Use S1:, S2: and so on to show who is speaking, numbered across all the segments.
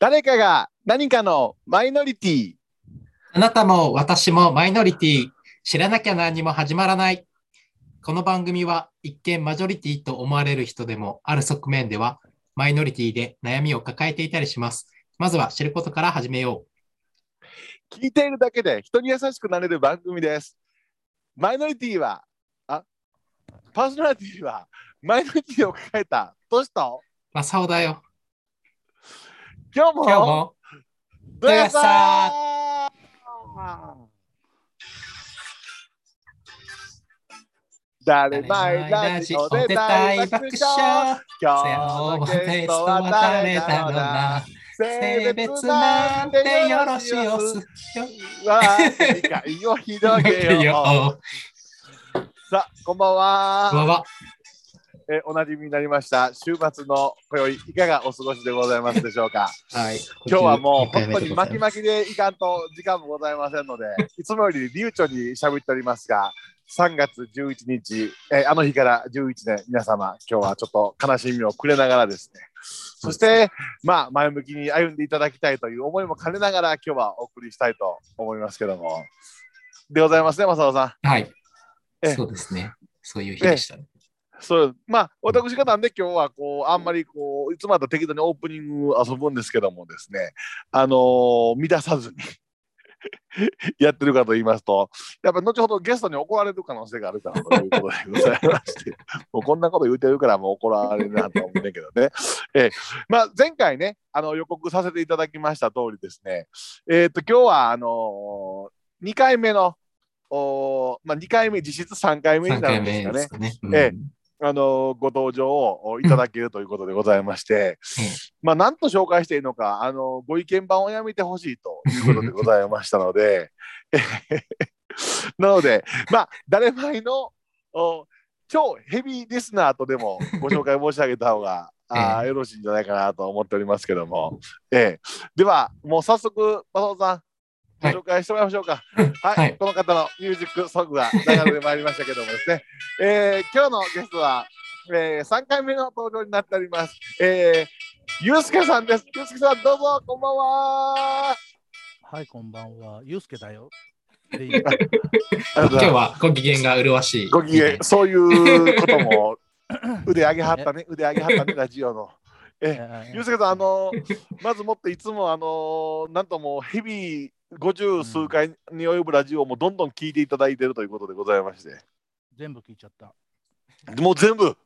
S1: 誰かが何かのマイノリティ
S2: あなたも私もマイノリティ、知らなきゃ何も始まらない。この番組は一見マジョリティと思われる人でもある側面ではマイノリティで悩みを抱えていたりします。まずは知ることから始めよ
S1: 聞いているだけで人に優しくなれる番組です。マイノリティは、あパーソナリティはマイノリティを抱えたトシと、
S2: う。マサオだよ。
S1: 今日も
S2: 今日も
S1: どうや
S2: どう
S1: さ誰まいラジオで大爆笑今日のゲストは誰だろうな性
S2: 性
S1: 別
S2: 別
S1: な
S2: なんん
S1: て
S2: て
S1: よ
S2: よ
S1: ろ
S2: ろ
S1: し
S2: し
S1: い
S2: よ
S1: よ
S2: す
S1: わー理解を広げよ
S2: よ。
S1: う。さあ、こんばんは。
S2: わわ。
S1: えーおなじみになりました。週末の今宵いかがお過ごしでございますでしょうか。
S2: はい。
S1: 今日はもう本当に
S2: ま
S1: 巻き巻きでいかんと時間もございませんので、いつもより流暢に喋っておりますが、3月11日、えーあの日から11年、皆様、今日はちょっと悲しみをくれながらですね、そして、まあ、前向きに歩んでいただきたいという思いも兼ねながら、今日はお送りしたいと思いますけども。でございますね、正雄さん。
S2: はい
S1: ええ。
S2: そうですね。そういう日でしたね。
S1: そうまあ私がなんで今日はこうあんまりこういつもだと適当にオープニング遊ぶんですけどもですねあのー乱さずに やってるかと言いますとやっぱ後ほどゲストに怒られる可能性があるからということでございまして もうこんなこと言うてるからもう怒られるなと思うんだけどね、ええまあ、前回ねあの予告させていただきました通りですねえっ、と今日はあのー、2回目のおーまあ、2回目実質3回目に
S2: 3
S1: なる
S2: 回
S1: んです
S2: 目
S1: か
S2: で
S1: ね
S2: す。かね。
S1: ええ
S2: うん
S1: あのご登場をいただけるということでございまして、
S2: ええ
S1: まあ、なんと紹介していいのか、あのご意見番をやめてほしいということでございましたので、 えへへなので、まあ、誰前のお超ヘビーリスナーとでもご紹介申し上げた方が、あーよろしいんじゃないかなと思っておりますけども、ええ、では、もう早速、馬藤さん、ご
S2: はい
S1: 紹介してもらいましょう か。はい、
S2: はい
S1: この方のミュージックソングが流れてまいりましたけどもですね、 えー、今日のゲストは、えー、3回目の登場になっております、えー、ゆうすけさんです。ゆうすけさん、どうぞ、こんばんは。
S3: はい、こんばんは。ゆうすけだよ。でいい
S1: 今
S2: 今日はご機嫌が麗しい。
S1: ご機嫌、そういうことも 腕上げはったね、腕上げはったね、ラジオの。
S3: え
S1: ゆうすけさん、あのまずもっていつも、あのなんともうヘビー50数回に及ぶラジオもどんどん聞いていただいているということでございまして、
S3: 全部聞いちゃった。
S1: もう全部、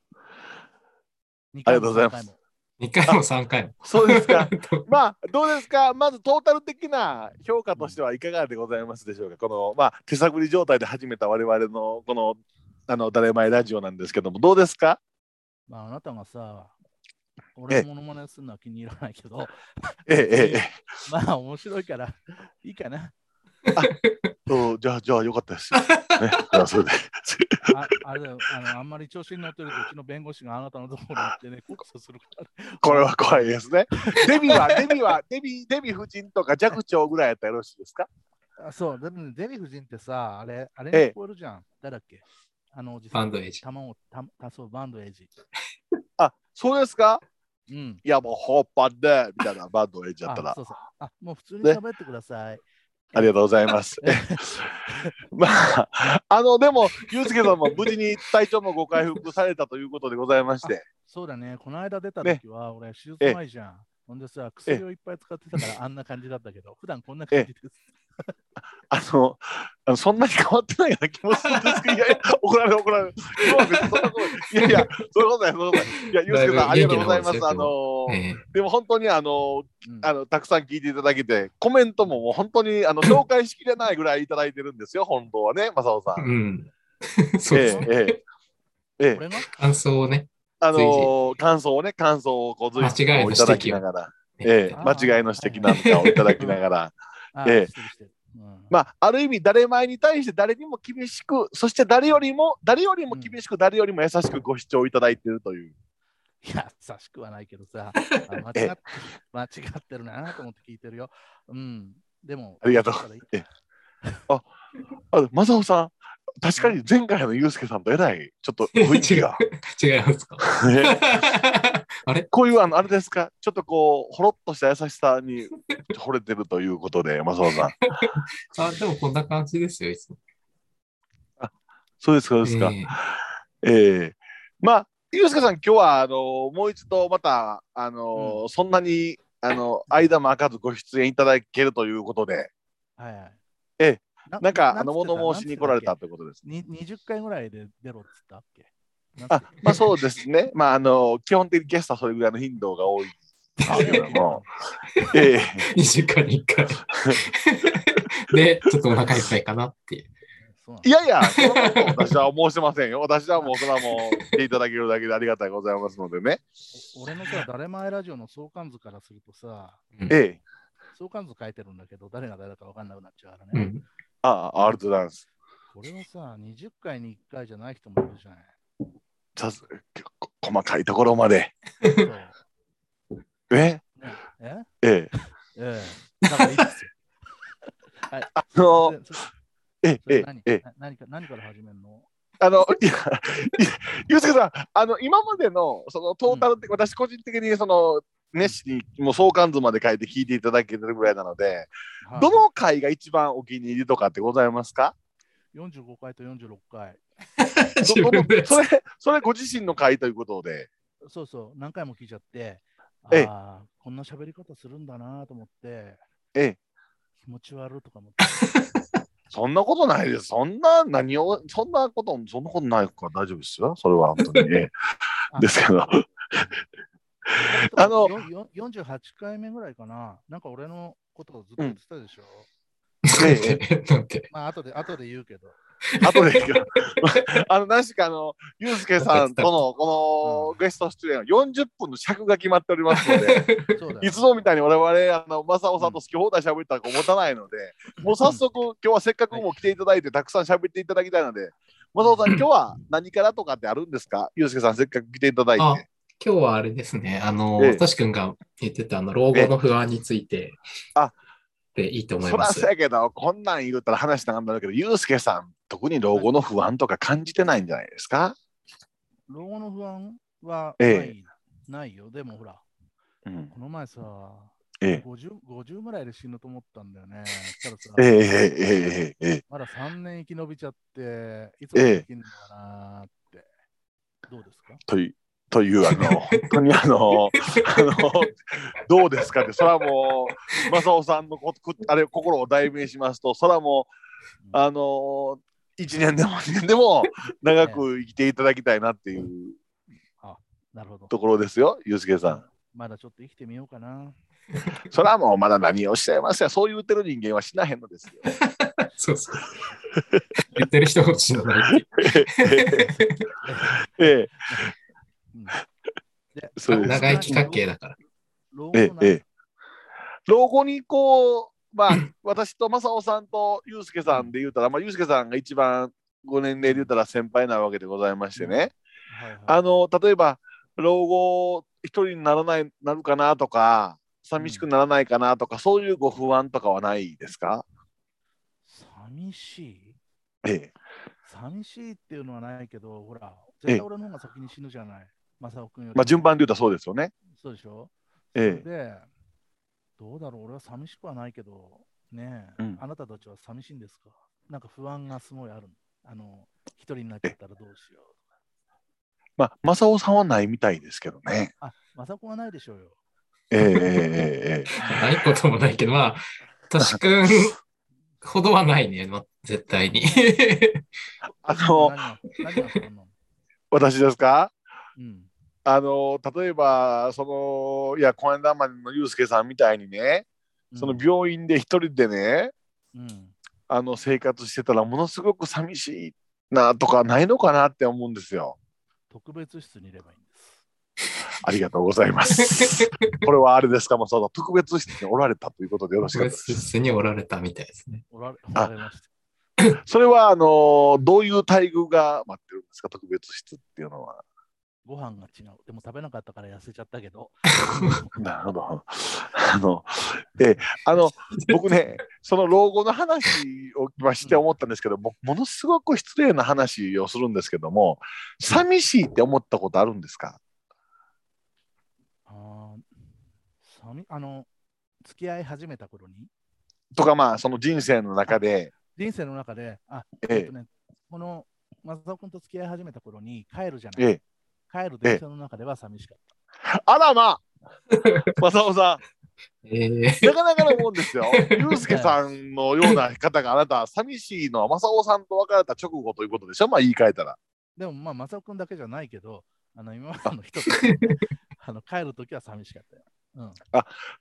S3: 二
S1: ありがと
S3: 回
S1: う
S3: も
S1: ございま
S3: 三回
S1: す
S3: も
S2: 2回も3回も。
S1: そうですか。
S2: と
S1: まあどうですか、まずトータル的な評価としてはいかがでございますでしょうか、この、まあ、手探り状態で始めた我々のこのあの誰前ラジオなんですけども、どうですか
S3: まあ、あなたがさ、俺のモノマネするのは気に入らないけど、
S1: ええええ
S3: まあ、面白いから、いいかな。
S1: ええ、うんじゃあ、じゃあよかったです。 ね、じゃあそれで
S3: ああれだよあの、あんまり調子に乗ってると、うちの弁護士があなたのところに行って ね、告訴するから。
S1: これは怖いですね。デビは、デビは、デビ、デビ夫人とか寂聴ぐらいやったらよろしいですか
S3: あそう、でもねデヴィ夫人ってさ、あれ、あれ
S1: ええ
S3: に聞こえるじゃん。誰だっけあのおじさん。
S2: バンドエイジ
S3: 卵をたたそう、バンドエイジ。
S1: あそうですか
S3: うん。
S1: いや、もう、ホッパンで、みたいなバンドを演じちゃったら
S3: あ、そうそうあ、もう普通に
S1: ね
S3: 喋ってください。
S1: ありがとうございます。 まあ、あの、でも、ゆうすけさんも無事に体調もご回復されたということでございまして、
S3: そうだね、この間出た
S1: ね
S3: 時は、俺、手術
S1: ええ
S3: 前じゃん。ほんでさ、薬をいっぱい使ってたからあんな感じだったけど、普段こんな感じです。
S1: あの、あのそんなに変わってないような気もするんですけど、いやいや、怒られる、怒られる。今は別にそんなこと、いやいや、そういうことだよ、そういうことだよ。いや、ゆうすけさん、あ
S2: だ
S1: り
S2: い
S1: が
S2: ぶ
S1: とうござい
S2: 元
S1: ま
S2: 気
S1: す。
S2: な
S1: あ
S2: 方ですよ
S1: の、
S2: ええ
S1: でも本当に、あの、
S3: うん
S1: あのたくさん聞いていただけて、コメントももう本当にあの 紹介しきれないぐらいいただいてるんですよ、本当はね、正雄さん。
S2: うん。そうですね。
S1: ええええええ
S3: 俺が
S2: 感想をね。
S1: あのー感想をね、感想をこう随時
S2: 間違い
S1: こう
S2: の
S1: いただ
S2: 指
S1: き
S2: 摘を
S1: ながら、ええ
S2: ね
S3: あー
S1: 間違いの指摘なんかをいただきながら、
S3: あ
S1: ええ
S3: してるしてるうん
S1: まあ、ある意味、誰前に対して誰にも厳しく、そして誰よりも、誰よりも厳しく、誰よりも優しくご視聴いただいているという、
S3: いや、優しくはないけ どさ、あ間違っ
S1: ええ
S3: 間違ってるなと思って聞いてるよ。うん、でも、
S1: ありがとう
S3: だからいい
S1: あ正雄さん、確かに 前回のユうスケさんとえらい、ちょっと雰囲気が。
S2: 違いますか
S1: ね
S2: あれ
S1: こういうあのあれですか、ちょっとこう、ほろっとした優しさに惚れてるということで、マサオさん。
S2: あ、でもこんな感じですよ、いつも。
S1: そうですか、そうですか。
S2: えー
S1: ええまあ、ゆうすけさん、今日はあのもう一度また、あのそんなにあの間も空かずご出演いただけるということで、
S3: はいはい。
S1: ええ
S3: な、
S1: なんかあ
S3: つ
S1: の
S3: ってた
S1: 物申しに来られた。
S3: なんつ
S1: ということですね。
S3: ってっけに20回ぐらいで出ろっつったっけ
S1: あまあそうですね、まああの基本的にゲストはそれぐらいの頻度が多いですけども、ええ
S2: 2週間に1回。で、ちょっとお腹いっぱいかなっていう。
S3: そうなん
S1: いやいや、そんなこと私は申してませんよ。私はもう、それはもう、来ていただけるだけでありがたいございますのでね。
S3: お俺のさ、誰前ラジオの相関図からするとさ、
S1: ええ。
S3: 相関図書いてるんだけど、誰が誰だか分かんなくなっちゃうから
S2: う
S3: ね。
S2: ん、
S1: ああ、ありがとうございます。
S3: これはさ、20回に1回じゃない人もいるじゃない。
S1: さすこ細かいところまで。
S3: そう
S1: え
S3: ねえ
S1: ええ。
S3: ええ。だからいいで すよ。
S1: あの、
S3: そそ
S1: ええ、
S3: そ
S1: え
S3: れ
S1: え
S3: 何、
S1: ええ。
S3: な何か何から始めるの
S1: あの、いや、いやゆうすけさん、あの、今までの、その、トータル的、私個人的に、その、熱心に、もう相関図まで書いて聞いていただけてるぐらいなので、
S3: はい
S1: どの回が一番お気に入りとかってございますか
S3: ?45 回と46回。
S1: そ
S2: 自分で。
S1: それ、それご自身の回ということで。
S3: そうそう、何回も聞いちゃって、あ
S1: ええ
S3: あ、こんな喋り方するんだなと思って、
S1: ええ。
S3: 気持ち悪いとか思って。
S1: そんなことないです。そんな、何を、そんなこと、そんなことないから大丈夫ですよ。それは本当にね。 ですけど。 あの
S3: よんよん48回目ぐらいかな。なんか俺のことをずっと言ってたでしょ。
S2: なんてなんて
S3: まあ、後で、後で言うけど。
S1: あとで、 あの、何しか、あの、ゆうすけさんとの、このゲスト出演は40分の尺が決まっておりますので、
S3: そうだよ
S1: いつもみたいに我々、あの、まさおさんと好き放題喋ったら持たないので、もう早速、今日はせっかくもう来ていただいて、たくさん喋っていただきたいので、まさおさん、今日は何からとかってあるんですかゆうすけさん、せっかく来ていただい
S2: あ
S1: て。
S2: 今日はあれですね、あの、
S1: ええ
S2: トシ君が言ってたあの老後の不安について、
S1: あ
S2: でいいと思い
S1: そ
S2: ま
S1: ら
S2: す
S1: そ。やけど、こんなん言うたら話長くなるけど、ゆうすけさん、特に老後の不安とか感じてないんじゃないですか、
S3: 老後の不安はない,、
S1: ええ
S3: ないよ。でもほら、
S1: うん
S3: この前さ、
S1: ええ
S3: 50, 50ぐらいで死ぬと思ったんだよね。そした
S1: え
S3: らさ、
S1: えええええええ
S3: まだ3年生き延びちゃって、いつまで生きんのかなーって、どうですか
S1: という。というあの 本当にあのあのどうですかってそれはもう正雄さんのここあれ心を代弁しますとそれはもうあの1年でも2年でも長く生きていただきたいなっていう
S3: なるほど。
S1: ところですよゆうすけさん。
S3: まだちょっと生きてみようかな。
S1: それはもうまだ何をおっしゃいますよそう言ってる人間は死なへんのです よ。
S2: そうそう。言ってる人も知らないっていう。
S1: ええ
S3: うんで
S1: そうです
S2: 長生き関係だから。
S3: 老後
S1: ええ
S3: の
S1: ええ、老後にこう、まあ、私と正雄さんとユうスケさんで言うたら、まあ、ユうスケさんが一番ご年齢で言うたら先輩なわけでございましてね、
S3: はいはい
S1: あの例えば老後一人にならないなるかなとか寂しくならないかなとか、そういうご不安とかはないですか、
S3: 寂しい
S1: ええ、
S3: 寂しいっていうのはないけど、ほら、
S1: ええ
S3: 絶対俺の方が先に死ぬじゃない。マサオ君より。
S1: まあ順番で言うたらそうですよね。
S3: そうでしょ
S1: ええ
S3: で、どうだろう、俺は寂しくはないけど、ねえ、
S1: うん
S3: あなたたちは寂しいんですかなんか不安がすごいあるの。あの、一人になっちゃったらどうしよう。
S1: まあ、正雄さんはないみたいですけどね。
S3: あ、マサオ君はないでしょうよ。
S1: ええええええ
S2: ないこともないけど、まあ、トシ君ほどはないね、ま絶対に。
S1: あの
S3: 何が何が不安 なの
S1: 私ですか
S3: うん。
S1: あの例えばそのいやこの間までのユうスケさんみたいにねその病院で一人でね、
S3: うん。
S1: あの生活してたらものすごく寂しいなとかないのかなって思うんですよ。
S3: 特別室にいればいいんです。
S1: ありがとうございます。 これはあれですかもうその特別室におられたということでよろし
S2: 特
S1: かったで
S2: 別
S1: す。
S2: 室におられたみたいですね。
S3: おられお
S1: あ
S3: られました。
S1: それはあのどういう待遇が待ってるんですか特別室っていうのは。
S3: ご飯が違う。でも食べなかったから痩せちゃった けど。
S1: なるほど。あのえあの 僕ね、その老後の話をまあして思ったんですけど、僕、ものすごく失礼な話をするんですけども、寂しいって思ったことあるんですか
S3: あーさみあの、付き合い始めた頃に、
S1: とかまあその人生の中で、
S3: 人生の中で、あ、えっ
S1: え
S3: とね、この松田君と付き合い始めた頃に帰るじゃ
S1: え
S3: ない。
S1: え
S3: 帰る電車の中では寂しかっ
S1: え、あらまあ正雄さ
S2: ええ
S1: ん、なかなかのもんですよ。ユうスケさんのような方があなた、寂しいのは正雄さんと別れた直後ということでしょ、まあ言い換えたら。
S3: た。でも、まあ、松尾君だけじゃないけど、あの今まで の人とあの帰るときは寂しかったよ。うん、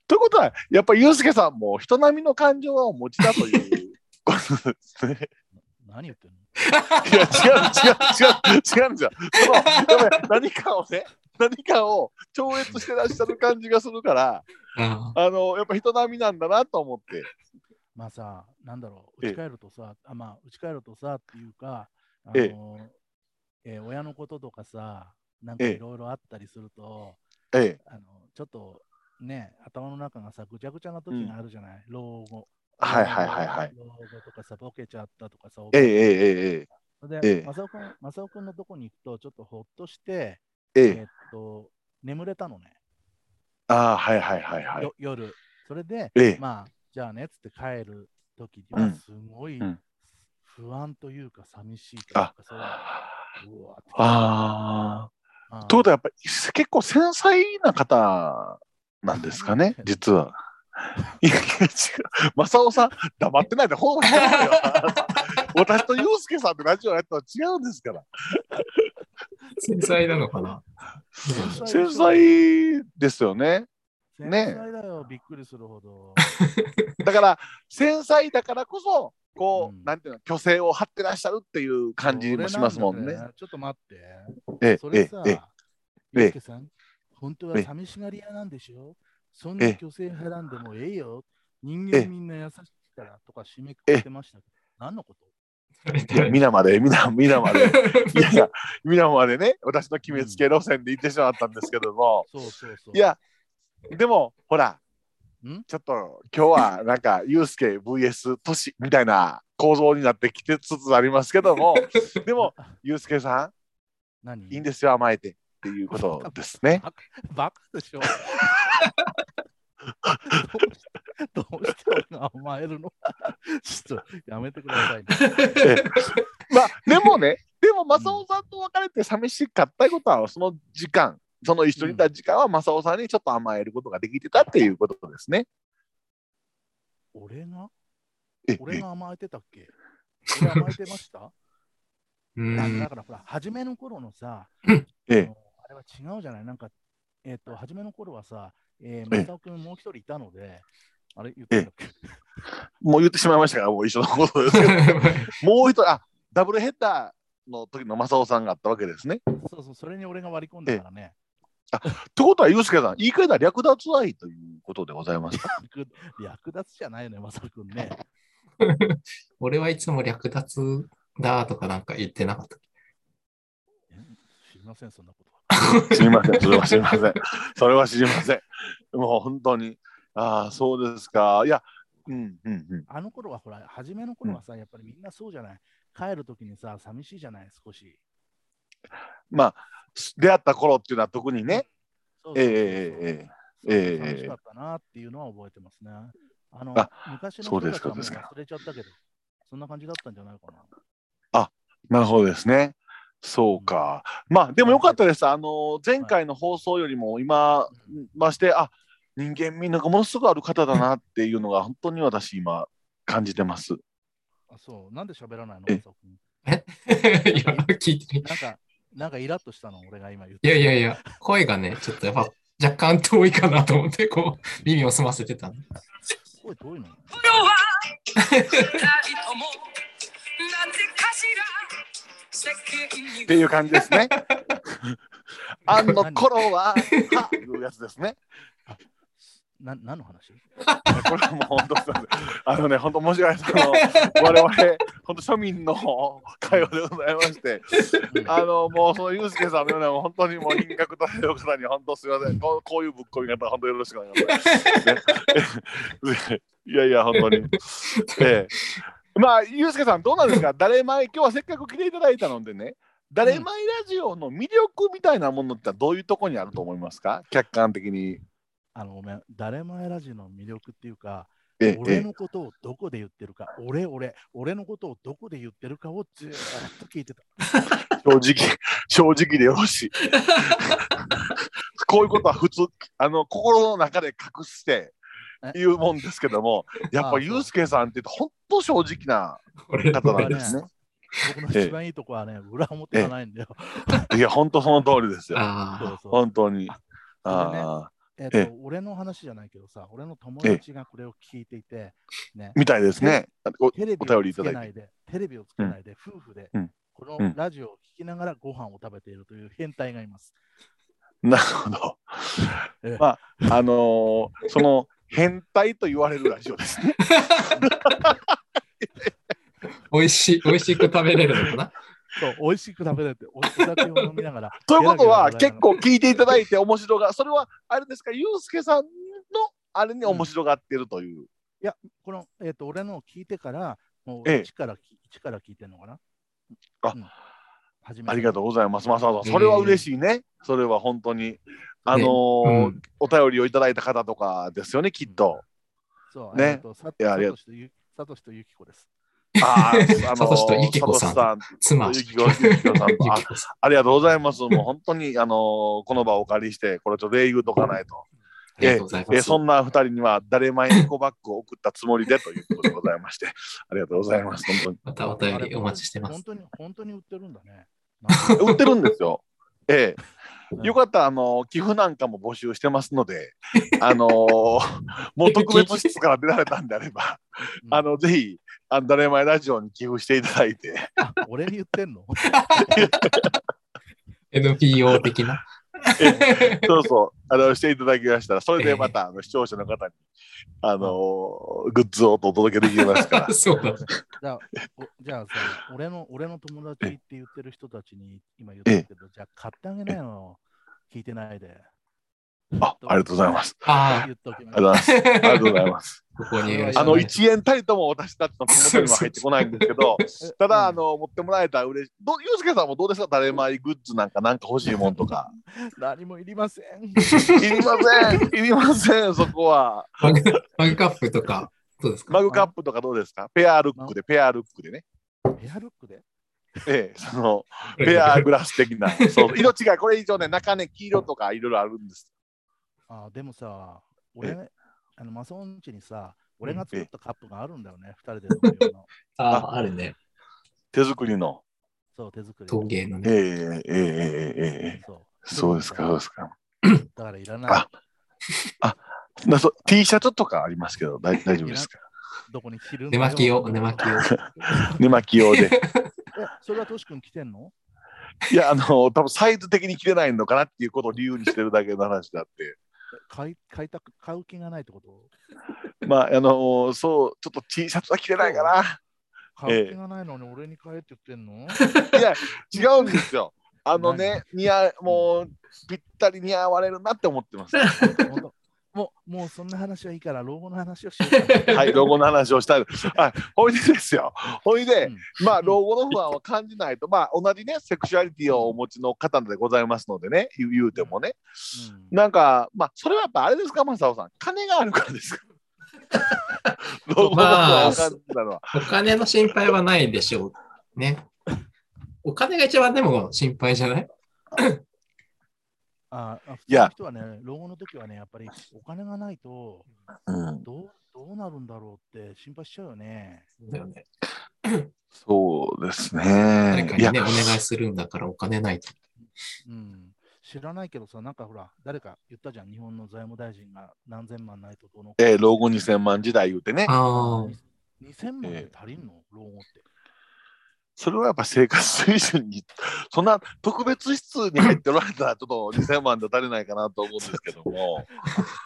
S1: ということは、やっぱりユうスケさんも人並みの感情はお持ちだという。ことですね、
S3: 何言ってんの
S1: いや違う違う違う違うんですよ。そのやっぱり何かをね何かを超越してらっしゃる感じがするから
S2: あ
S1: あのやっぱ人並みなんだなと思って
S3: まあさ、なんだろう、
S1: ええ
S3: うち帰るとさ、あまあ、うち帰るとさっていうか、あの
S1: ええ
S3: えー親のこととかさ、なんか
S1: ええ
S3: いろいろあったりすると、
S1: ええ
S3: あのちょっとね、頭の中がさ、ぐちゃぐちゃな時があるじゃない、老後。
S1: はいはいはいはい。
S3: 老後とかさ、ボケちゃったとかさ、
S1: ええええ
S3: で、
S1: ええ
S3: マサオくん、マサオくんのとこに行くと、ちょっとほっとして、
S1: ええええ
S3: えーっと、眠れたのね、
S1: ああはいはいはいはい
S3: よ夜。それで、
S1: ええ
S3: まあ、じゃあね、つって帰る時に
S1: う
S3: は、
S1: ん
S3: すごい
S1: うん
S3: 不安というか、寂しいというか、そういううわって
S1: ああ
S3: あー
S1: ということはやっぱり結構繊細な方なんですかね実は。いやいや違う正雄さん黙ってないでフォローしてくだ さいよ私と洋介さんとラジオやったら違うんですから
S2: 繊細なのかな。
S1: 繊細ですよねね
S3: 繊細だよ、びっくりするほど。
S1: だから繊細だからこそこう、
S3: うん
S1: なんていうの虚勢を張ってらっしゃるっていう 感じもしますもん
S3: それ
S1: ね
S3: なんだよ。ちょっと待って。
S1: え
S3: そ
S1: え
S3: れさ、
S1: え
S3: え
S1: ええ
S3: えさん、本当は
S1: ええ
S3: 寂しがり屋なんでしょそんな
S1: ええ
S3: 女性派なんでもええよ。人
S1: ええ
S3: 間みんな優しいからとか締めくくってましたけど。何のこと
S1: いや皆まで皆皆 までいやいや、皆までね、私の決めつけ路線で行ってしまったんですけども、
S3: そうそうそう。
S1: いや、でも、ほら
S3: ん、
S1: ちょっと今日はなんか、ユースケ VS 都市みたいな構造になってきてつつありますけども、でも、ユースケさ
S3: 何
S1: ん、いいんですよ、甘えてっていうことですね。
S3: バカバカで しょどうしてどうして俺が甘えるのちょっとやめてくださいね、
S1: まあ、でもね、でも、正雄さんと別れて寂しかったことは、その時間、その一緒にいた時間は、正雄さんにちょっと甘えることができてたっていうことですね。
S3: 俺が
S1: え
S3: 俺が甘えてたっけ俺甘えてました
S2: う
S3: あのだ
S2: ん。
S3: からほら、初めの頃のさ、
S1: え
S3: あ
S1: え
S3: のあれは違うじゃない、なんか、えっ、と、初めの頃はさ、え
S1: ええ
S3: ー、松尾君もう一人いたので、あれ言ってたっけ、
S1: もう言ってしまいましたから、もう一緒のことですけど。 もう一人、あダブルヘッダーの時の正雄さんがあったわけですね。
S3: そうそう、それに俺が割り込んだからね、
S1: ってことは、ユースケさん、言い換えたら略奪愛ということでございます か。
S3: 略略奪じゃないよね、松尾君ね。
S2: 俺はいつも略奪だとかなんか言ってなかった。
S3: え知りません、そんなことは。
S1: 知りません、それは知りません。それは知りません。もう本当に、ああ、そうですか。いや、うん、うん、うん。
S3: あの頃はほら、初めの頃はさ、やっぱりみんなそうじゃない。帰るときにさ、寂しいじゃない、少し。
S1: まあ、出会った頃っていうのは特にね、
S3: そう
S1: え
S3: そ
S1: え
S3: うそう
S1: ええええ
S3: そう
S1: ええ
S3: 寂しかったなっていうのは覚えてますね。あの
S1: あ
S3: 昔の
S1: そ
S3: 人
S1: うで
S3: た
S1: す
S3: ち
S1: か
S3: はも
S1: そう
S3: う
S1: ですか
S3: 忘れちゃったけど、そんな感じだったんじゃないかな。
S1: なるほどですね。そうか。まあ、でもよかったです。あの、前回の放送よりも今、まして、あ、人間みんながものすごくある方だなっていうのが、本当に私今、感じてます。
S3: あそう、なんで喋らないの
S1: え
S3: マサオ君
S2: いや、聞いてみ
S3: なんか、なんかイラッとしたの、俺が今言っ
S2: い
S3: て。
S2: やいやいや、声がね、ちょっとやっぱ若干遠いかなと思って、こう、耳を澄ませてたんで。
S3: 声遠いの
S1: っ
S4: って
S1: いう感じですね。 あの頃は、はいうやつですね。
S3: な何の話
S1: これはもう本当すいませんあのね、本当申し訳ないです。あの、我々、本当庶民の会話でございまして、あの、もう、そのユースケさんのような、もう本当にもう輪郭という方に、本当すいません。こうこういうぶっこみ方、本当よろしくお願いします。ねいやいや、本当に。ええまあ、ユースケさん、どうなんですか誰前、今日はせっかく来ていただいたのでね、誰前ラジオの魅力みたいなものってどういうとこにあると思いますか客観的に。
S3: あのごめん、誰前ラジオの魅力っていうか、
S1: え
S3: 俺のことをどこで言ってるか、俺、俺、俺のことをどこで言ってるかをずーっと聞いてた。
S1: 正直、正直でよろしい。こういうことは普通、あの心の中で隠して
S3: え
S1: 言うもんですけども、やっ
S3: あ
S1: ぱ
S3: あ
S1: ユうスケさんって本当正直な
S2: 俺
S1: 方なんですね。
S3: 僕の一番いいとこはね、裏表がないんだよ。
S1: いや、本当その通りですよ。
S2: あ
S3: そ
S2: あ
S3: うそう。
S1: 本当に。
S3: それね
S1: ああ、
S3: えっ
S1: え
S3: と
S1: え、
S3: 俺の話じゃないけどさ、俺の友達がこれを聞いていて、ね、
S1: みたいですね。お
S3: テレビ
S1: お便
S3: を
S1: りい
S3: つ
S1: ただ
S3: け
S1: いて
S3: ないで、テレビをつけないで、夫婦で
S1: うん、
S3: こ
S1: う
S3: の
S1: ん
S3: ラジオを聞きながらご飯を食べているという変態がいます。
S1: なるほど
S3: ええ。
S1: まあ、あのーその変態と言われるラジオですね。。
S2: 美味しい、美味しく食べれるのかな
S3: そう、美味しく食べれて、お 酒を飲みながら
S1: ということは、
S3: ゲラゲラ笑いながら
S1: 結構聞いていただいて面白が、それはあれですか、ユうスケさんのあれに面白がってるという。
S3: この、えっ、と、俺のを聞いてから、もう
S1: ええ
S3: 一からき、一から聞いてんのかな。
S1: あ
S3: うん、初めて
S1: ありがとうございます。まささん、
S2: えー
S1: それは嬉しいね。それは本当に。あのー
S2: うん
S1: お便りをいただいた方とかですよね、きっと。
S3: そう、
S1: ね
S3: ね、とさ
S1: いやありが
S3: としとゆさとしとゆきこです。
S1: あ ーあ
S2: サトシとユキコさん
S1: サトシ
S2: 妻。
S1: ユキコユキコさんとあ
S2: ゆきこさ
S1: ありがとうございます。もう本当に、あのーこの場をお借りして、これちょっと礼言うとかないと。
S2: んありがとうございます。
S1: えそんな二人には誰前エコバッグを送ったつもりでということでございまして、ありがとうございます。本
S2: またお便りお待ちしてま
S3: 本
S2: す。
S3: 当に、本当に売ってるん だね。
S1: 当に。売ってるんですよ。ええ。よかったら、あの、寄付なんかも募集してますので、あのもう特別室から出られたんであれば、あの、ぜひ、あの誰前ラジオに寄付していただいて、
S3: あ俺に言ってんの
S2: NPO 的な。。
S1: そうそう、あの、していただきましたら、それでまた、あの、視聴者の方に、あのグッズをお届けできますから
S2: そうだ。
S3: じゃあ、おじゃあさ、俺の、俺の友達って言ってる人たちに今言ってるけど、じゃあ買ってあげないの聞いてないで。
S1: あ、ありがとうございます。
S2: あ
S3: 言っときま
S1: ありがとうございます。ありがとうございます。
S2: ここにいる人
S1: あの
S2: ね
S1: 1円たりとも私たちの手元には入ってこないんですけど、
S3: す。
S1: ただ、あ
S3: うん、
S1: の持ってもらえたら嬉しい。どうゆうすけさんもどうですか、誰まいグッズなんか、なんか欲しいもんとか。
S3: 何もいりませ ん。
S1: いりません、いりません、そこは。
S2: マグマグカップとか、どうですか
S1: マグカップとかどうですか、ペアルックで、ペアルックでね。
S3: ヘアルックで
S1: ええ、そのペアグラス的な。そう色違い、これ以上ね、中ね、黄色とかいろいろあるんです。
S3: あでもさ、俺ね、あのマソン家にさ、俺が作ったカップがあるんだよね、二人で飲む用 の。
S2: ああ、あるね。
S1: 手作りの。
S3: そう、手作り。
S2: 陶芸の
S1: え
S2: ね。
S1: えええええええ
S3: そう。
S1: そうですか、そうですか。
S3: だからいらない
S1: あ。なそう T シャツとかありますけど、大大丈夫ですか
S3: どこに着るんだ
S2: 寝
S3: よ
S2: 巻きを、寝巻きを。
S1: 寝巻き用で。
S3: えそれはトシ君着てんの
S1: いや、あの、多分サイズ的に切れないのかなっていうことを理由にしてるだけの話だって。
S3: え買い買いたく買う気がないってこと
S1: まあ、あの、そう、ちょっと T シャツは切れないかな。
S3: 買う気がないのに俺に買えって言ってんの、
S1: 違うんですよ。あのね、似合う、もう、ぴったり似合われるなって思ってます。は
S3: ほんともうもうそんな話はいいから老後の話をしようか
S1: い、老後の話をしたい。はい、ほいでですよ。ほいで、まあ、老後の不安は感じないと、まあ、同じね、セクシュアリティをお持ちの方でございますのでね、言う言うてもね。
S3: うん
S1: なんか、まあ、それはやっぱあれですか、マサオさん。金があるからですか。老後の不安を感じたのは。
S2: お金の心配はないでしょう。ね。お金が一番でも心配じゃない
S3: ああ
S1: い
S3: 普通の
S1: や
S3: 人はね老後の時はねやっぱりお金がないと
S1: うん
S3: どうどうなるんだろうって心配しちゃうよね
S2: だよね。
S1: そうですね。
S2: 誰か
S1: い
S2: に
S1: や
S2: ね、お願いするんだからお金ないと。
S3: うん知らないけどさなんかほら誰か言ったじゃん日本の財務大臣が何千万ないとどうの
S1: えー老後2000万時代言うてね、
S2: ああ、
S3: 2000万で足りんの、老後って。
S1: それはやっぱ生活水準に、 そんな特別室に入っておられたら、ち ょっと2000万で足りないかなと思うんですけども、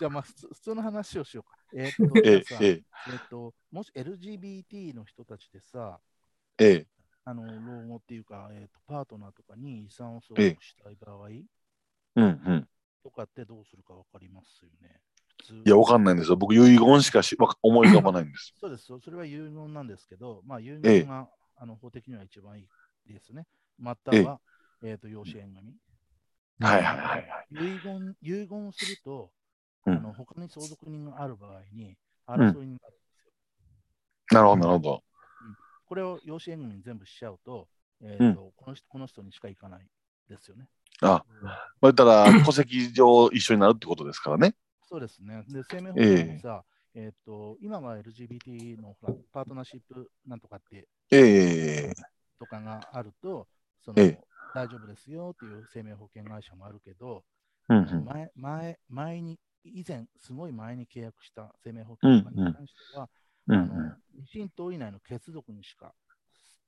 S3: じゃあまあ普通普通の話をしようか。えーっと、
S1: え
S3: じゃあさ
S1: え
S3: え
S1: え
S3: ーっと、もし LGBT の人たちでさ、
S1: ええ
S3: あの老後っていうか、えーっと、パートナーとかに遺産を相
S1: ええ
S3: 続したい場合
S1: うんうん。
S3: とかってどうするかわかりますよね。普通
S1: いや、わかんないんですよ。僕、遺言しかしわか思い浮かばないんです。
S3: そうです、そそれは遺言なんですけど、まあ、遺
S1: ええ
S3: 言が、あの法的には一番いいですね。または、
S1: ええ
S3: ええっ、と、養子縁組。
S1: はいはいはいはい。
S3: 遺言、遺言すると、
S1: うん
S3: あの他に相続人がある場合に、争いになるんですよ。
S1: なるほどなるほど。
S3: これを養子縁組に全部しちゃうと、えーとこの人この人にしか行かないですよね。
S1: あ
S3: うん
S1: まあ、言ったら戸籍上一緒になるってことですからね。
S3: そうですね。で、生命保険もさ、えーと今は LGBT のほらパートナーシップなんとかって
S1: ええ
S3: とかがあると、その
S1: ええ
S3: 大丈夫ですよっていう生命保険会社もあるけど、
S1: うん
S3: 前前前に以前、すごい前に契約した生命保険とかに関しては、
S1: うんう
S3: あの
S1: ん
S3: 二親等以内の血族にしか、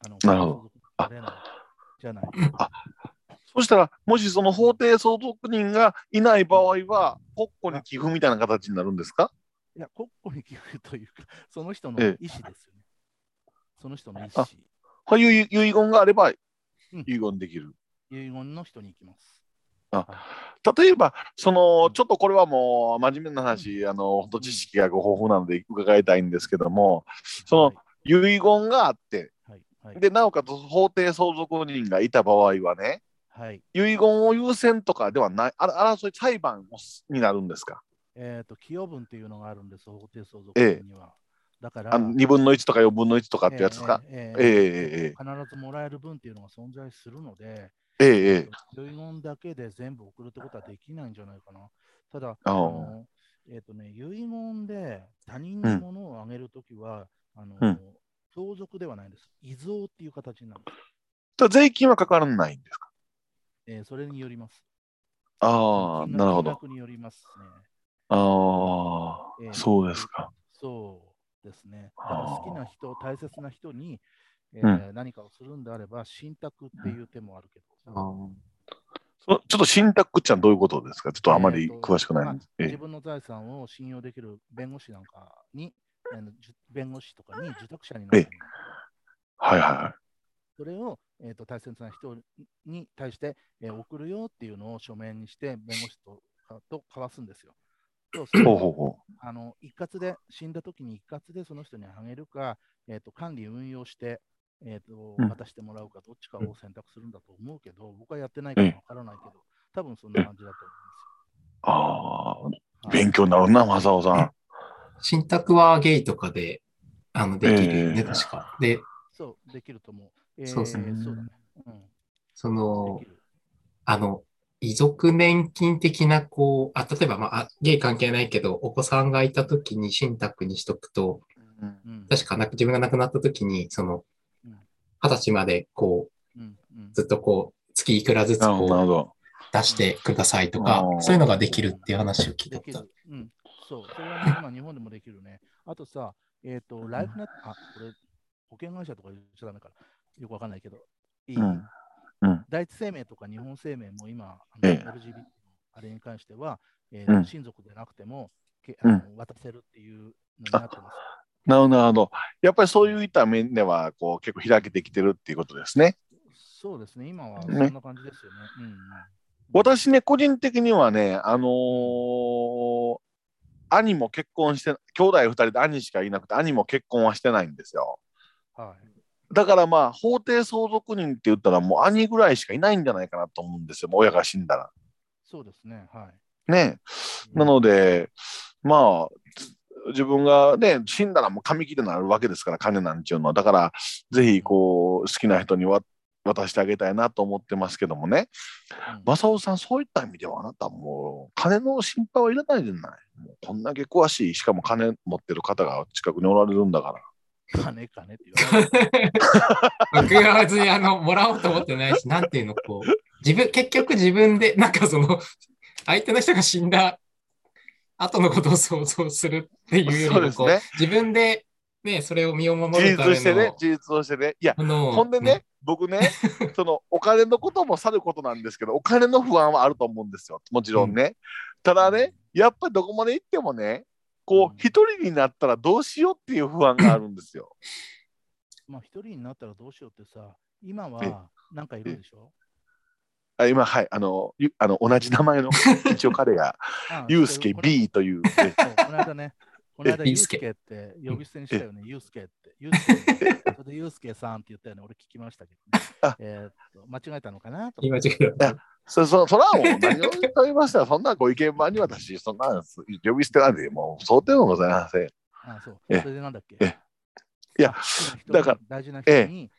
S3: あの
S1: なるほど
S3: 相続されないじゃない。
S1: そしたら、もしその法定相続人がいない場合は、国庫に寄付みたいな形になるんですか
S3: いや、国庫に寄付というか、 その人の
S1: え
S3: 意思ですよね。その人の意
S1: あ
S3: 思。
S1: こういう遺言があれば
S3: うん
S1: 遺言できる。
S3: 遺言の人に行きます。
S1: 例えば、そのちょっとこれはもう真面目な話、あの本当知識がご豊富なので伺いたいんですけども、その
S3: はい
S1: 遺言があって、
S3: はい。はい。
S1: でなおかつ法定相続人がいた場合はね、
S3: はい、
S1: 遺言を優先とかではない、あら争い裁判をすになるんですか、
S3: えっ、と、寄与分っていうのがあるんです、法定相続
S1: ええ
S3: 人には。だから、
S1: あの2分の1とか4分の1とかってやつですか、
S3: え
S1: ええ
S3: え
S1: ええ
S3: 必ずもらえる分っていうのが存在するので、
S1: ええええ
S3: 遺言だけで全部送るってことはできないんじゃないかな。ただ、
S1: あ
S3: あ
S1: ー
S3: のえっ、とね、遺言で他人に物をあげるときは、あの、
S1: うん
S3: 相続ではないんです。遺贈っていう形になるんで
S1: だ
S3: す。
S1: から税金はかからないんですか
S3: えーそれによります。
S1: ああ、
S3: 金
S1: な
S3: 額
S1: るほ
S3: 金
S1: ど。
S3: 額によりますね。
S1: あ
S3: え
S1: あ、
S3: ー
S1: そうですか。
S3: そうですね。だ
S1: あー
S3: から好きな人、大切な人に、えー何かをするんであれば、信託っていう手もあるけど、
S1: そちょっと信託っちゃんどういうことですかちょっとあまり
S3: えーと
S1: 詳しくないんです。え
S3: 自
S1: え
S3: 分の財産を信用できる弁護士なんかに、あのじゅ弁護士とかに受託者になってもらう、
S1: はいはいはい。
S3: それを、えー、と大切な人に対して、えー送るよっていうのを書面にして、弁護士とかと交わすんですよ。そうする
S1: ほ
S3: と
S1: うほうほ
S3: あの一括で死んだ時に一括でその人にあげるか、えー、と管理運用して、えーと
S1: うん
S3: 渡してもらうかどっちかを選択するんだと思うけど、僕はやってないからわからないけど、多分そんな感じだ
S1: う。
S3: と
S1: ああ、
S3: 思うんですよ。
S1: 勉強になるな、正雄さん。
S2: 信託はゲイとかで、あの、できるよね、
S1: ええ
S2: 確か。で、
S3: そう、できると思う。えー
S2: そうですね
S3: そうだね。う
S2: そ
S3: ん、
S2: の
S3: でき、る。
S2: あの、遺族年金的な、こう、あ、例えば、まああ、ゲイ関係ないけど、お子さんがいた時に信託にしとくと、
S3: うん、
S2: 確かなく、自分が亡くなった時に、その
S3: うん、
S2: 二十歳まで、こう、
S3: うんうん
S2: ずっとこう、月いくらずつ
S1: なるほど、なる
S2: こ
S1: ほ
S2: う
S1: ど。
S2: 出してくださいとか
S1: う、ん
S2: そういうのができるっていう話を聞いた
S3: で
S2: こ
S3: き
S2: とあ
S3: る
S2: る。。
S3: うん、そう、それは、ね、今日本でもできるね。あとさ、えっ、と、ライフネット、あ、これ、保険会社とか言っちゃダメから、よくわかんないけど、いい、
S1: うんうん
S3: 第一生命とか日本生命も今、あの
S1: ええ
S3: LGBT のあれに関しては、えー
S1: うん
S3: 親族でなくても、けあ
S1: うん
S3: の渡せるっていうのになってます。
S1: なるほど、なるほど。やっぱりそういった面では、こう、結構開けてきてるっていうことですね。
S3: そうですね、今はそん
S1: ね
S3: な感じですよね。うんうん、
S1: 私ね、個人的にはね、あのー兄も結婚して、兄弟二人で兄しかいなくて、兄も結婚はしてないんですよ。
S3: はい。
S1: だからまあ、法定相続人って言ったら、もう兄ぐらいしかいないんじゃないかなと思うんですよ、もう親が死んだら。
S3: そうですね、はい。
S1: ね。なので、まあ、つ自分がね、死んだらもう紙切れになるわけですから、金なんちゅうのは。だから、ぜひ、こう、好きな人にわ渡してあげたいなと思ってますけどもね。
S3: うん
S1: 正雄さん、そういった意味では、あなたもう、金の心配はいらないじゃない。もうこんだけ詳しい、しかも金持ってる方が近くにおられるんだから。
S3: 金、金って言 わない。
S2: 僕は別にあの、もらおうと思ってないし、なんていうの、こう、自分、結局自分で、なんかその、相手の人が死んだ後のことを想像するっていうよ
S1: そう
S2: り
S1: で
S2: も、
S1: す
S2: こう、
S1: ね。
S2: 自分で、ね、それを身を守
S1: 自
S2: るた
S1: 立
S2: めの、
S1: してね、自立をしてね。いや、
S2: あの、
S1: ほんでね、僕ね、そのお金のこともさることなんですけど、お金の不安はあると思うんですよ、もちろんね。ただね、やっぱりどこまで行ってもね、こ
S3: う
S1: うん一人になったらどうしようっていう不安があるんです よ。
S3: まあ、一人になったらどうしようってさ、今
S1: え
S3: はなんかいるでしょ
S1: あ今、はい、あの、ゆ あの同じ名前の一応彼が、
S3: ああ
S1: ユうスケ
S3: これ
S1: B という、
S3: そうこの間ね、この間、
S2: え
S3: ユースケって呼び捨てにしたよね、ユースケって。ユースケって それでユースケさんって言ったよね、俺聞きましたけど、ね
S1: あ。
S3: えーっと間違えたのかなと思
S2: 今
S3: っ
S2: 違
S3: て。
S2: う。
S1: そそそらもう何を言っておりましたそんなご意見番に私そんな呼び捨てなんでもう想定もございません
S3: あそう。
S1: え
S3: それでなんだっけ
S1: えいや
S3: あ好きな人
S1: だから
S3: 大事な人に、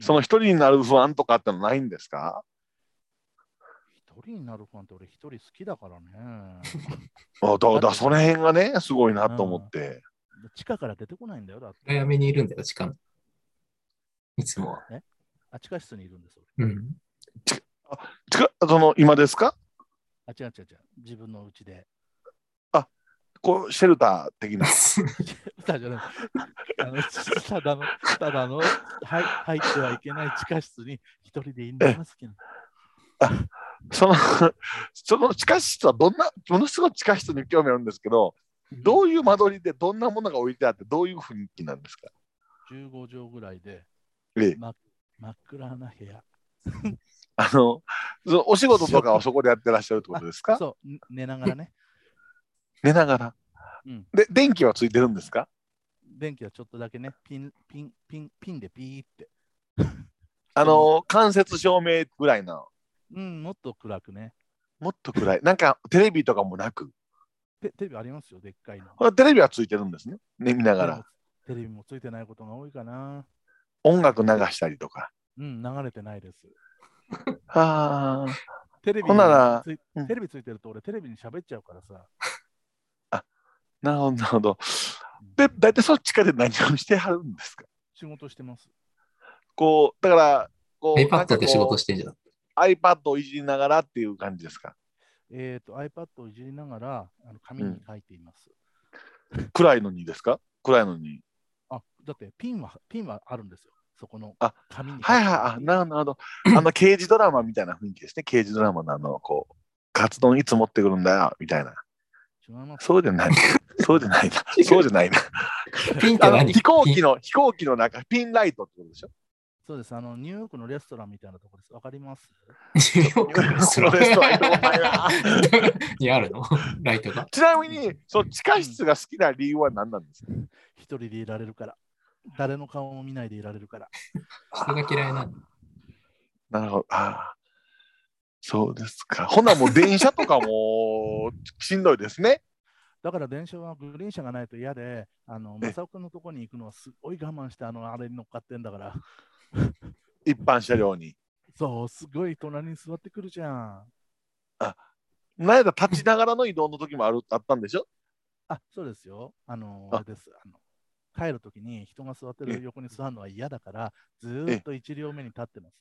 S1: その一人になる不安とかってのないんですか
S3: 一人になるファンって俺一人好きだからね。
S1: あだだその辺がねすごいなと思って、
S3: 地下から出てこないんだよ、だって。
S2: 暗闇にいるんだよ、しかも。いつもは。
S3: ね、あ、地下室にいるんです、俺。
S2: うん。
S1: ちかその今ですか
S3: あ、違う違う違う。自分のうちで。
S1: こうシェルター 的な
S3: 歌じゃない。あのただの、ただの、はい、入ってはいけない地下室に一人でいるのが好きなの。
S1: そのその地下室はどんなものすごい地下室に興味あるんですけどどういう間取りでどんなものが置いてあってどういう雰囲気なんですか
S3: 15畳ぐらいで、
S1: ええ
S3: ま、真っ暗な部屋。
S1: あのそのお仕事とかはそこでやってらっしゃるってことですか
S3: そう、ん寝ながらね。
S1: 寝ながら、
S3: うん
S1: で電気はついてるんですか
S3: 電気はちょっとだけね、ピン、ピン、ピン、ピンでピーって。
S1: あの間接照明ぐらいな
S3: うん、もっと暗くね。
S1: もっと暗いなんかテレビとかもなく
S3: テテレビありますよ、でっかいの。
S1: これテレビはついてるんですねね見ながら
S3: テレビもついてないことが多いかな。
S1: 音楽流したりとか
S3: うん、流れてないです。
S1: あー
S3: テレビ
S1: ほんなら
S3: つい
S1: うん
S3: テレビついてると俺テレビに喋っちゃうからさ。
S1: なるほどなるほどで大体そっちかで何をしてはるんですか
S3: 仕事してます。
S1: こうだからこう
S2: iPad で仕事してんじゃん。
S1: なんかこう iPad をいじりながらっていう感じですか
S3: えっ、と iPad をいじりながらあの紙に書いています。
S1: 暗いのにですか暗いのに
S3: あ、だってピンはピンはあるんですよ。そこの
S1: あ
S3: 紙に書て
S1: はいはい
S3: ある
S1: あなるほどなるほ どあの刑事ドラマみたいな雰囲気ですね刑事ドラマのあのこうカツ丼いつ持ってくるんだよみたいな
S3: 違います。
S1: そうじゃない そうじゃないなそうじゃないな
S2: ピンって
S1: あの
S2: 何
S1: 飛行機
S2: ピン
S1: の飛行機の中ピンライトってことでしょ
S3: そうです。あのニューヨークのレストランみたいなところです。わかります
S2: ニューヨークのレストラン
S1: ニューヨークのレストラン行っ
S2: にあるの ライトが。
S1: ちなみにその地下室が好きな理由は何なんですか
S3: 一人でいられるから。誰の顔も見ないでいられるから。
S2: 人が嫌いなの。
S1: なるほどああそうですかほなもう電車とかもしんどいですね
S3: だから電車はグリーン車がないと嫌で、あの、
S1: え
S3: マサオ君のところに行くのはすごい我慢して、あの、あれに乗っかってんだから。
S1: 一般車両に
S3: そう、すごい隣に座ってくるじゃん。
S1: なんやったら立ちながらの移動の時もあるあったんでしょ
S3: あ、そうですよ。あの、
S1: あ
S3: あれです。あの帰るときに人が座ってる横に座るのは嫌だから、ずーっと一両目に立ってます。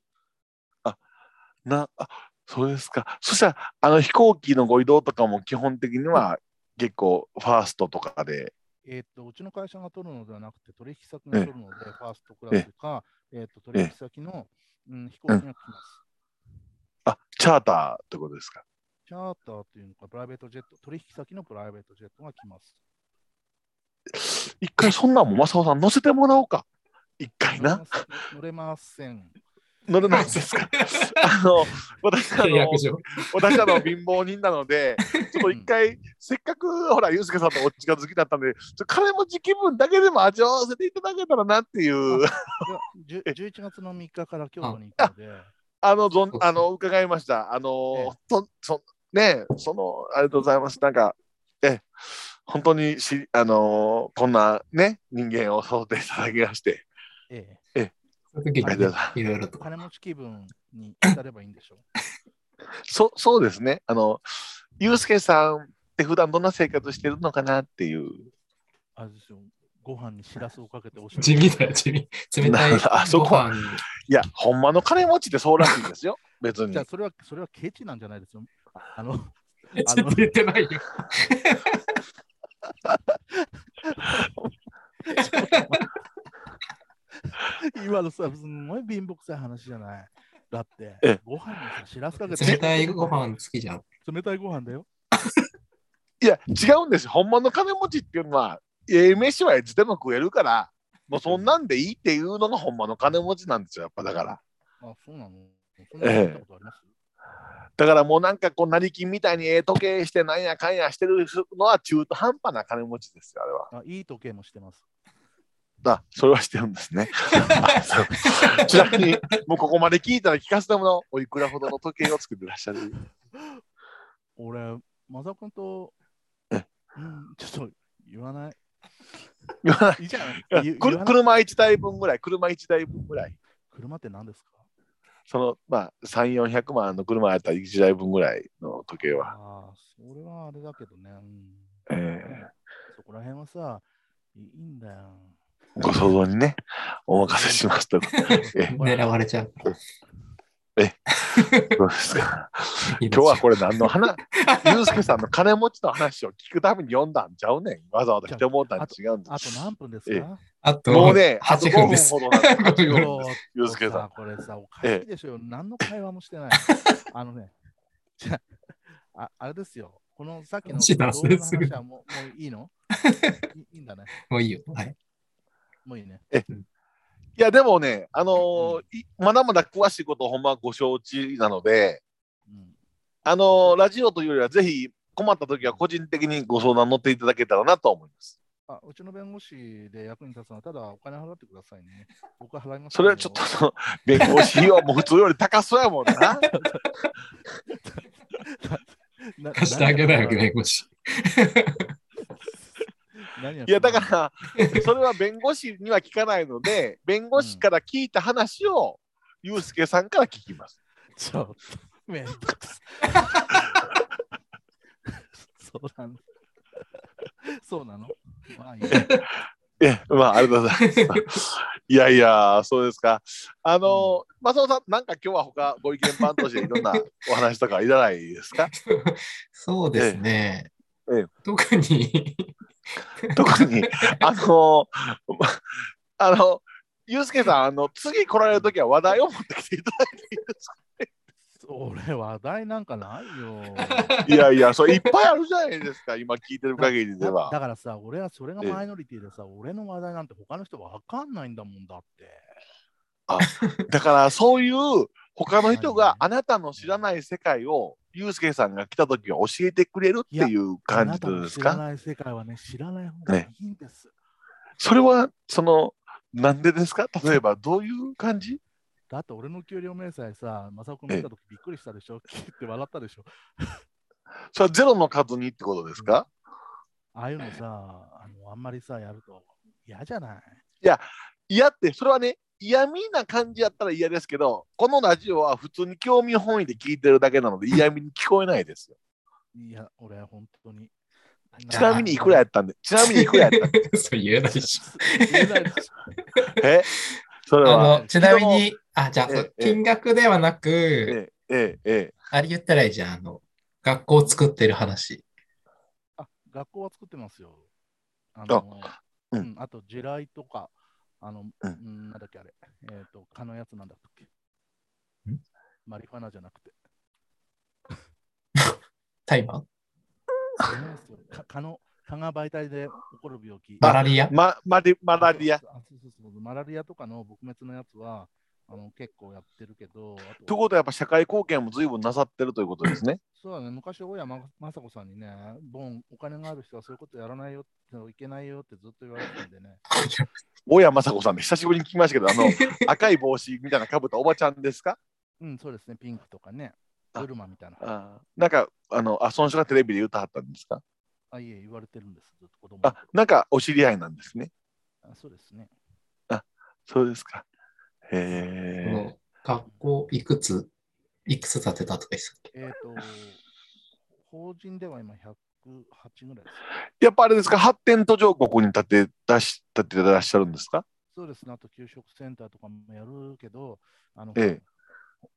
S1: なあそうですかそしたらあの飛行機のご移動とかも基本的には結構ファーストとかで
S3: えーっと、うちの会社が取るのではなくて、取引先が取るので、ファーストクラスか、えーっと、取引先の、うん、飛行機が来ます。
S1: あチャーターってことですか
S3: チャーターというのか、プライベートジェット、取引先のプライベートジェットが来ます。
S1: 一回そんなんもマサオさん乗せてもらおうか一回
S3: 乗れ
S1: な
S3: ます乗れません。
S1: 乗れないですかあの私あ
S2: 契
S1: の
S2: 約上。
S1: 私あの貧乏人なの でちょっと一回、せっかくほらユースケさんとお近づきだったんでちょっと金持ち気分だけでも味わわせていただけたらなっていう
S3: いやじゅ11月の3日から京都に行くので、
S1: あのぞん
S2: そうそう
S1: あの伺いましたあ
S3: え
S1: の
S3: え
S1: とそねそのありがとうございますなんかええ本当にしあのこんなね人間を育てていただきまして
S3: え
S2: その時に
S1: ありがとうございま
S2: いろいろ
S3: え、
S2: と。
S3: 金持ち気分に浸ればいいんでしょう。
S1: そそうですねあのユースケさんって普段どんな生活してるのかなっていう
S3: あれですよ、ご飯にしらすをかけておし
S2: 地味だよ、地味。冷たい
S1: なんだあそ
S2: ご
S1: こは
S2: 飯に。
S1: いや、ほんまの金持ちってそうらしいですよ。別に
S3: じゃあ。それは、それはケチなんじゃないですよ。あの、 あ
S2: ちょっ
S3: の
S2: と言っ てないよ。
S3: 今のさ、すごい貧乏くさい話じゃない。だって
S1: ええ、
S3: ご飯にさ、しらすかけて
S2: 冷たいご飯好き じゃん。
S3: 冷たいご飯だよ。
S1: いや、違うんですよ。ほんまの金持ちっていうのは、ええ飯はいつでも食えるから、もうそんなんでいいっていうのがほんまの金持ちなんですよ、やっぱだから。
S3: あ、そうなのそんなことあります
S1: だからもうなんかこう成金みたいにええ時計してなんやかんやしてるのは中途半端な金持ちですよあれは。
S3: あいい時計もしてます。
S1: だそれはしてるんですね。 あそうちなみにもうここまで聞いたら聞かせてもらおうおいくらほどの時計を作ってらっしゃる。
S3: 俺、マサ君と、
S1: え
S3: うん、ちょっと言わない。
S1: 言わない
S3: いいじゃん。
S1: く
S3: 言
S1: る
S3: 言わない
S1: 車1台分ぐらい車1台分ぐらい
S3: 車って何ですか
S1: そのまあ3400万の車やったら1台分ぐらいの時計は。
S3: ああ、それはあれだけどね。うん
S1: え
S3: そこら辺はさ、いいいんだよ。
S1: ーご想像にね、お任せしますと。 え、
S2: 狙われちゃう。
S1: どうですか。
S2: 今
S1: 今日はこれ何の話、ゆうすけさんの金持ちの話を聞くために読んだんちゃうねん。わざわざ来て思ったん違うんで
S3: あと何分ですか
S2: あと
S1: もうね、あと5
S2: 8分
S1: 分
S2: です。
S1: ほどなんです。
S2: 5分。
S3: ちょっと
S1: ゆうすけさん
S3: これさ、おかしいでしょ。何の会話もしてない。あのね、じゃあ、ああれですよ。このさっきの
S2: マジで
S3: 動
S2: 忘
S3: 画の
S2: れする
S3: 話はもうもういいのいいいんだね。
S2: もういいよ。はい。
S3: もういいね。
S1: いや、でもね、あのーいまだまだ詳しいことをほんまご承知なので、
S3: うん、
S1: あのーラジオというよりはぜひ困った時は個人的にご相談乗っていただけたらなと思います。
S3: あうちの弁護士で役に立つのは、ただお金払ってくださいね。僕は払いますけ
S1: そ
S3: ど。
S1: れはちょっとその弁護士費用も普通より高そうやもんな。
S3: な
S2: 貸してあげないわけ弁護士。
S3: 何やっ
S1: いや
S3: てんの
S1: だ から、それは弁護士には聞かないので、 弁護士から聞いた話を、ゆうすけさんから聞きます。
S3: ちょっと、めんどくさいそうなの。そうなの。まあいいや
S1: いや、まあ、ありがとうございます。 いやいや、そうですか。あの、松尾さん、なんか今日は他ご意見番としていろんなお話とかいらないです か
S2: そうですね。
S1: ええ
S2: 特に
S1: 特に、あの、 まあの、ゆうすけさん、あの、次来られるときは話題を持ってきていただいていいですか
S3: 俺、話題なんかないよ。
S1: いやいや、それいっぱいあるじゃないですか、今聞いてる限 りで
S3: だ
S1: は
S3: だ。からさ、俺はそれが
S1: ええ
S3: マイノリティでさ、俺の話題なんて他の人わかんないんだもんだって。
S1: だからそういう他の人があなたの知らない世界をユうスケさんが来た時は教えてくれるっていう感
S3: あな
S1: じ
S3: たの
S1: です
S3: 知ら
S1: か
S3: ない世界はね、知らない方がいいんです。
S1: それはそのなんでですか例えばどういう感じ
S3: だって俺の給料明細さ、マサオ君見たときびっくりしたでしょキ ッて笑ったでしょ
S1: それはゼロの数にってことですか、
S3: ああいうのさ、あのあんまりさ、やると嫌じゃない
S1: 嫌ってそれはね嫌味な感じやったら嫌ですけどこのラジオは普通に興味本位で聞いてるだけ なので嫌味に聞こえないですよ
S3: いや、俺は本当に。
S1: ちなみにいくらやったんでちなみにいくらやったんで
S2: そう言えないでしょ。
S3: 言えないでし
S1: えそれは
S2: あの、ちなみに、あ、じゃあ、
S1: ええ
S2: そう
S1: ええ
S2: 金額ではな
S1: え
S2: く、
S1: ええええ
S2: あれ言ったらいいじゃん。あの、学校を作ってる話。
S3: ょあ学校は作ってますよ。あの、
S1: う
S3: うんん、あと、地雷とか、あの、
S1: う
S3: うんん、なんだっけあれ、えっ、と、蚊のやつなんだっけ
S2: ん。
S3: マリファナじゃなくて、
S2: タイマー
S3: 違いますよか蚊の、蚊が媒体で起こる病気。
S2: マラリア
S1: え、ま、マリマ
S3: マ
S1: ラリア
S3: そうそうそう。マラリアとかの撲滅のやつは、あの結構やってるけど、あ
S1: ということはやっぱ社会貢献も随分なさってるということですね。
S3: そうだね、昔、大山雅子さんにね、ボン、お金がある人はそういうことやらないよって、いけないよってずっと言われてたんでね。
S1: 大山雅子さんで久しぶりに聞きましたけど、あ の赤い帽子みたいなかぶったおばちゃんですか
S3: うん、そうですね、ピンクとかね、
S1: あ
S3: ブルマみたいな。あ
S1: あーなんかあのあその人がテレビで歌ったんですか
S3: いえ、言われてるんです、ずっと子供の
S1: あ
S3: 頃
S1: なんかお知り合いなんですね。
S3: あそうですね。
S1: そうですか。
S2: こ
S1: へ え。
S2: の学校いくつ、いくつ建てたとか言ってたっけ
S3: えっ、と、法人では今108ぐらいです。
S1: やっぱあれですか発展途上国に立て出し立ててらっしゃるんですか
S3: そうですね、あと給食センターとかもやるけど、あの、
S1: ええ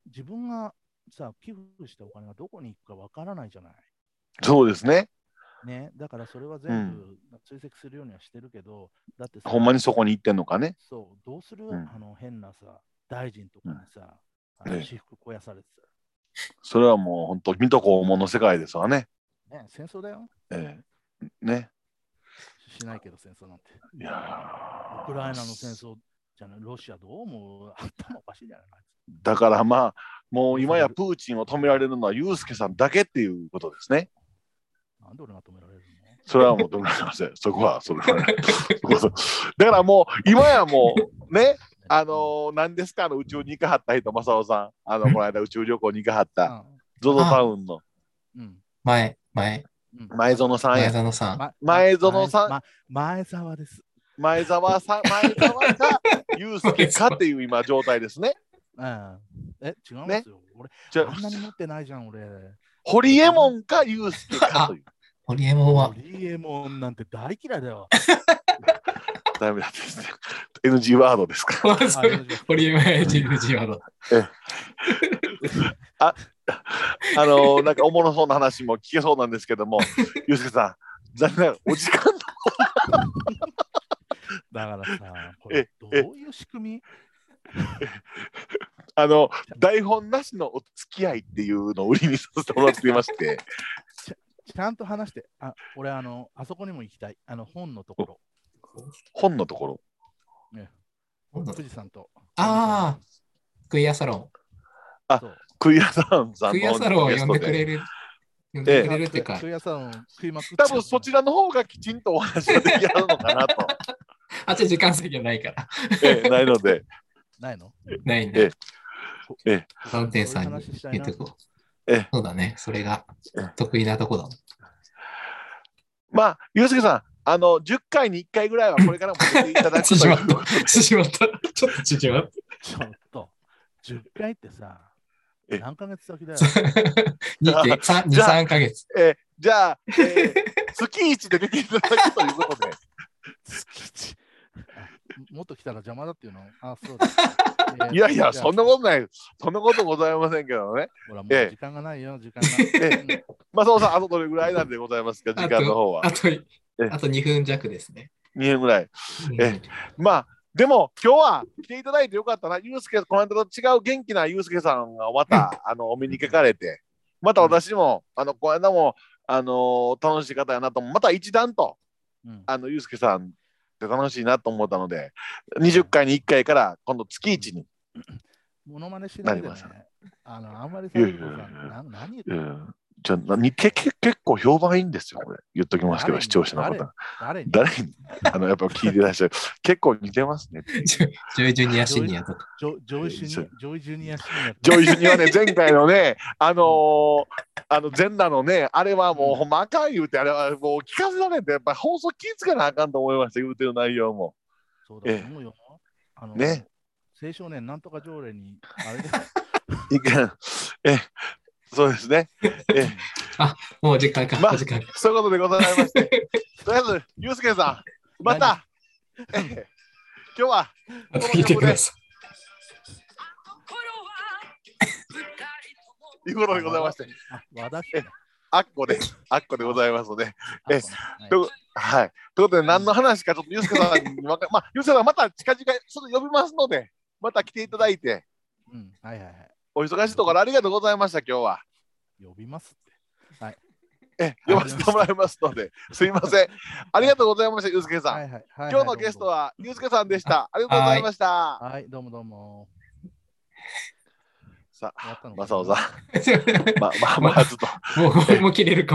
S3: 自分がさ、寄付したお金がどこに行くかわからないじゃない。
S1: そうですね。
S3: ね、だからそれは全部追跡するようにはしてるけど、だってさ
S1: ほんまにそこに行ってんのかね。
S3: そう、どうする、
S1: うん
S3: あの変なさ、大臣とかにさ、
S1: ん
S3: あ
S1: え
S3: の
S1: え
S3: 私服肥やされて
S1: それはもう本当、見とこうもの世界ですわね。
S3: た。ね、戦争だよ。
S1: ええね。
S3: しないけど戦争なんて。
S1: いや
S3: ウクライナの戦争じじゃないロシアどうも頭おかしいじゃないか。
S1: だからまあ、もう今やプーチンを止められるのはユースケさんだけっていうことですね。
S3: なんで俺が止められるの
S1: それはもう止められません。そこは、それは。だからもう、今やもう、ね、あのー、何ですか、あの宇宙に行かはった人、正雄さん。あの、この間宇宙旅行に行かはった、ゾゾタウンの
S3: うんうん
S2: 前、前、
S3: うん
S1: 前園さん
S2: 前
S1: や。
S2: 園さん。
S3: ま
S1: 前園さん
S3: ま前澤です。
S1: 前澤さん、前澤か、ユースケかっていう今状態ですね。
S3: うんえ、違う
S1: ね
S3: んですよ。俺、
S1: じゃあ
S3: あんなに持ってないじゃん、俺。
S1: ホリエモンかユースケかという。
S2: ホリエモンは
S3: ホ、リエモンなんて大嫌い だよ。
S1: ダメだですね。NG ワードですか。
S3: あれ
S2: ホリエモンやジグジワの。
S1: あのーなんかおもろそうな話も聞けそうなんですけど も、ユースケさん、残念ながらお時間
S3: だからさ、これ、どういう仕組み
S1: あ の台本なしのお付き合いっていうのを売りにさせてもらっていまして、
S3: ちゃんと話して、あ、俺、あの、あそこにも行きたい。あの、本のところ、
S1: 本のところ、
S3: 富士山と。
S2: あクイアサロ
S1: あ
S3: そう
S1: クイアサロンさ
S2: ン。
S1: ん
S2: ク
S1: の
S2: イアサロンを
S1: ゲ
S2: 呼
S1: ス
S2: ん
S1: ト
S2: でく
S1: で、
S2: れる。呼んでくれるってか
S3: ク、イアサロン食いまくって
S1: 多分そちらの方がきちんとお話ができあるのかな と、
S2: あっち時間制限ないから。
S1: ええないので、
S3: ないの
S2: ないんで
S1: え、
S2: 探偵さんに
S3: そういう話したい
S2: 言っ
S3: な
S2: てこう
S1: ええ。
S2: そうだね、それが
S1: ええ
S2: 得意なとこだもん。
S1: まあ、ユースケさん、あの10回に1回ぐらいはこれからも出ていた だくという
S2: 縮ま縮まった。ちょっと縮まっ
S3: ちょっと、10回ってさ、
S1: え
S3: 何ヶ 月先だよ
S2: た。。2、3、
S1: じゃあ
S2: 3ヶ月。
S1: ええじゃあ、ええ月一で出ていただくということ で、
S3: 月一もっと来たら邪魔だっていうのあ、そうだ。えー
S1: いやいや、
S3: じゃあ
S1: そんなことない、そんなことございませんけどね、
S3: ほら、もう
S1: ええ
S3: 時間がないよ、時間が
S1: え
S3: ない。
S1: まあ、そうさん、あとどれぐらいなんでございますか、時間の方は
S2: あ、と、あと2分弱ですね。
S1: 2分ぐらい。えまあでも今日は来ていただいてよかったな、ユうスケ、この間と違う元気なユうスケさんがまたあのお目にかかれて、また私も、あのこの間も、あのー楽しい方やなと思う、また一段と
S3: うん
S1: あのユうスケさんって楽しいなと思ったので、20回に1回から今度月1に、
S3: モノマネしないで
S1: な
S3: ね
S1: りまし。
S3: あの、あんまり
S1: い
S3: さ、
S1: やい
S3: ゆ
S1: や
S3: うこさんな何言って
S1: うん
S3: の
S1: ん、ちょなにけけ結構評判いいんですよ、これ、言っときますけど、
S3: 誰に
S1: 視聴者の方、
S3: 誰に
S1: 誰に、あのやっぱ聞いてらっしゃる、結構似てますねって いう。
S2: ジョイジョイジュニアシニアとか。
S3: ジョジョイシュニジョイジュニアシニア。
S1: ジョイジュニアね、前回のね、あのーあの全裸のね、あれはもう、ほんまあかん言うて、あれはもう聞かせられて、やっぱり放送気づかなあかんと思いました、言うてる内容も。
S3: そうだと思うよ。あの、
S1: ね。
S3: 青少年なんとか条例に、あれで、
S1: いかんえそうですね。え
S2: もう時間か、
S1: まあ
S2: お時間か。
S1: そういうことでございまして、とりあえず、ユうスケさん、また、ええ今日は、
S2: また聞いてください。
S1: いうことで ございまして、
S3: あ、和田氏ね
S1: あっこで、あっこでございますので、え
S3: あ
S1: という
S3: そ
S1: うはい。ということで、何の話か、ちょっとユうスケさんにわか、まあ、ユうスケさん、また近々、ちょっと呼びますので、また来ていただいて、
S3: ねうん、はいはいはい。
S1: お忙しいところありがとうございました、今日は。
S3: 呼びますって。
S1: え、読ませてもらいますので、すいません。ありがとうございました、ゆうすけさん。
S3: はいはいはいはい。
S1: 今日のゲストはゆうすけさんでした。ありがとうございました。
S3: どうも。はい、どうもどうも。
S1: さあ、
S3: やったのかな
S1: まさおさん、まあまあ
S2: もう
S1: まあ、ちょっと。
S2: もう、もう切れるか。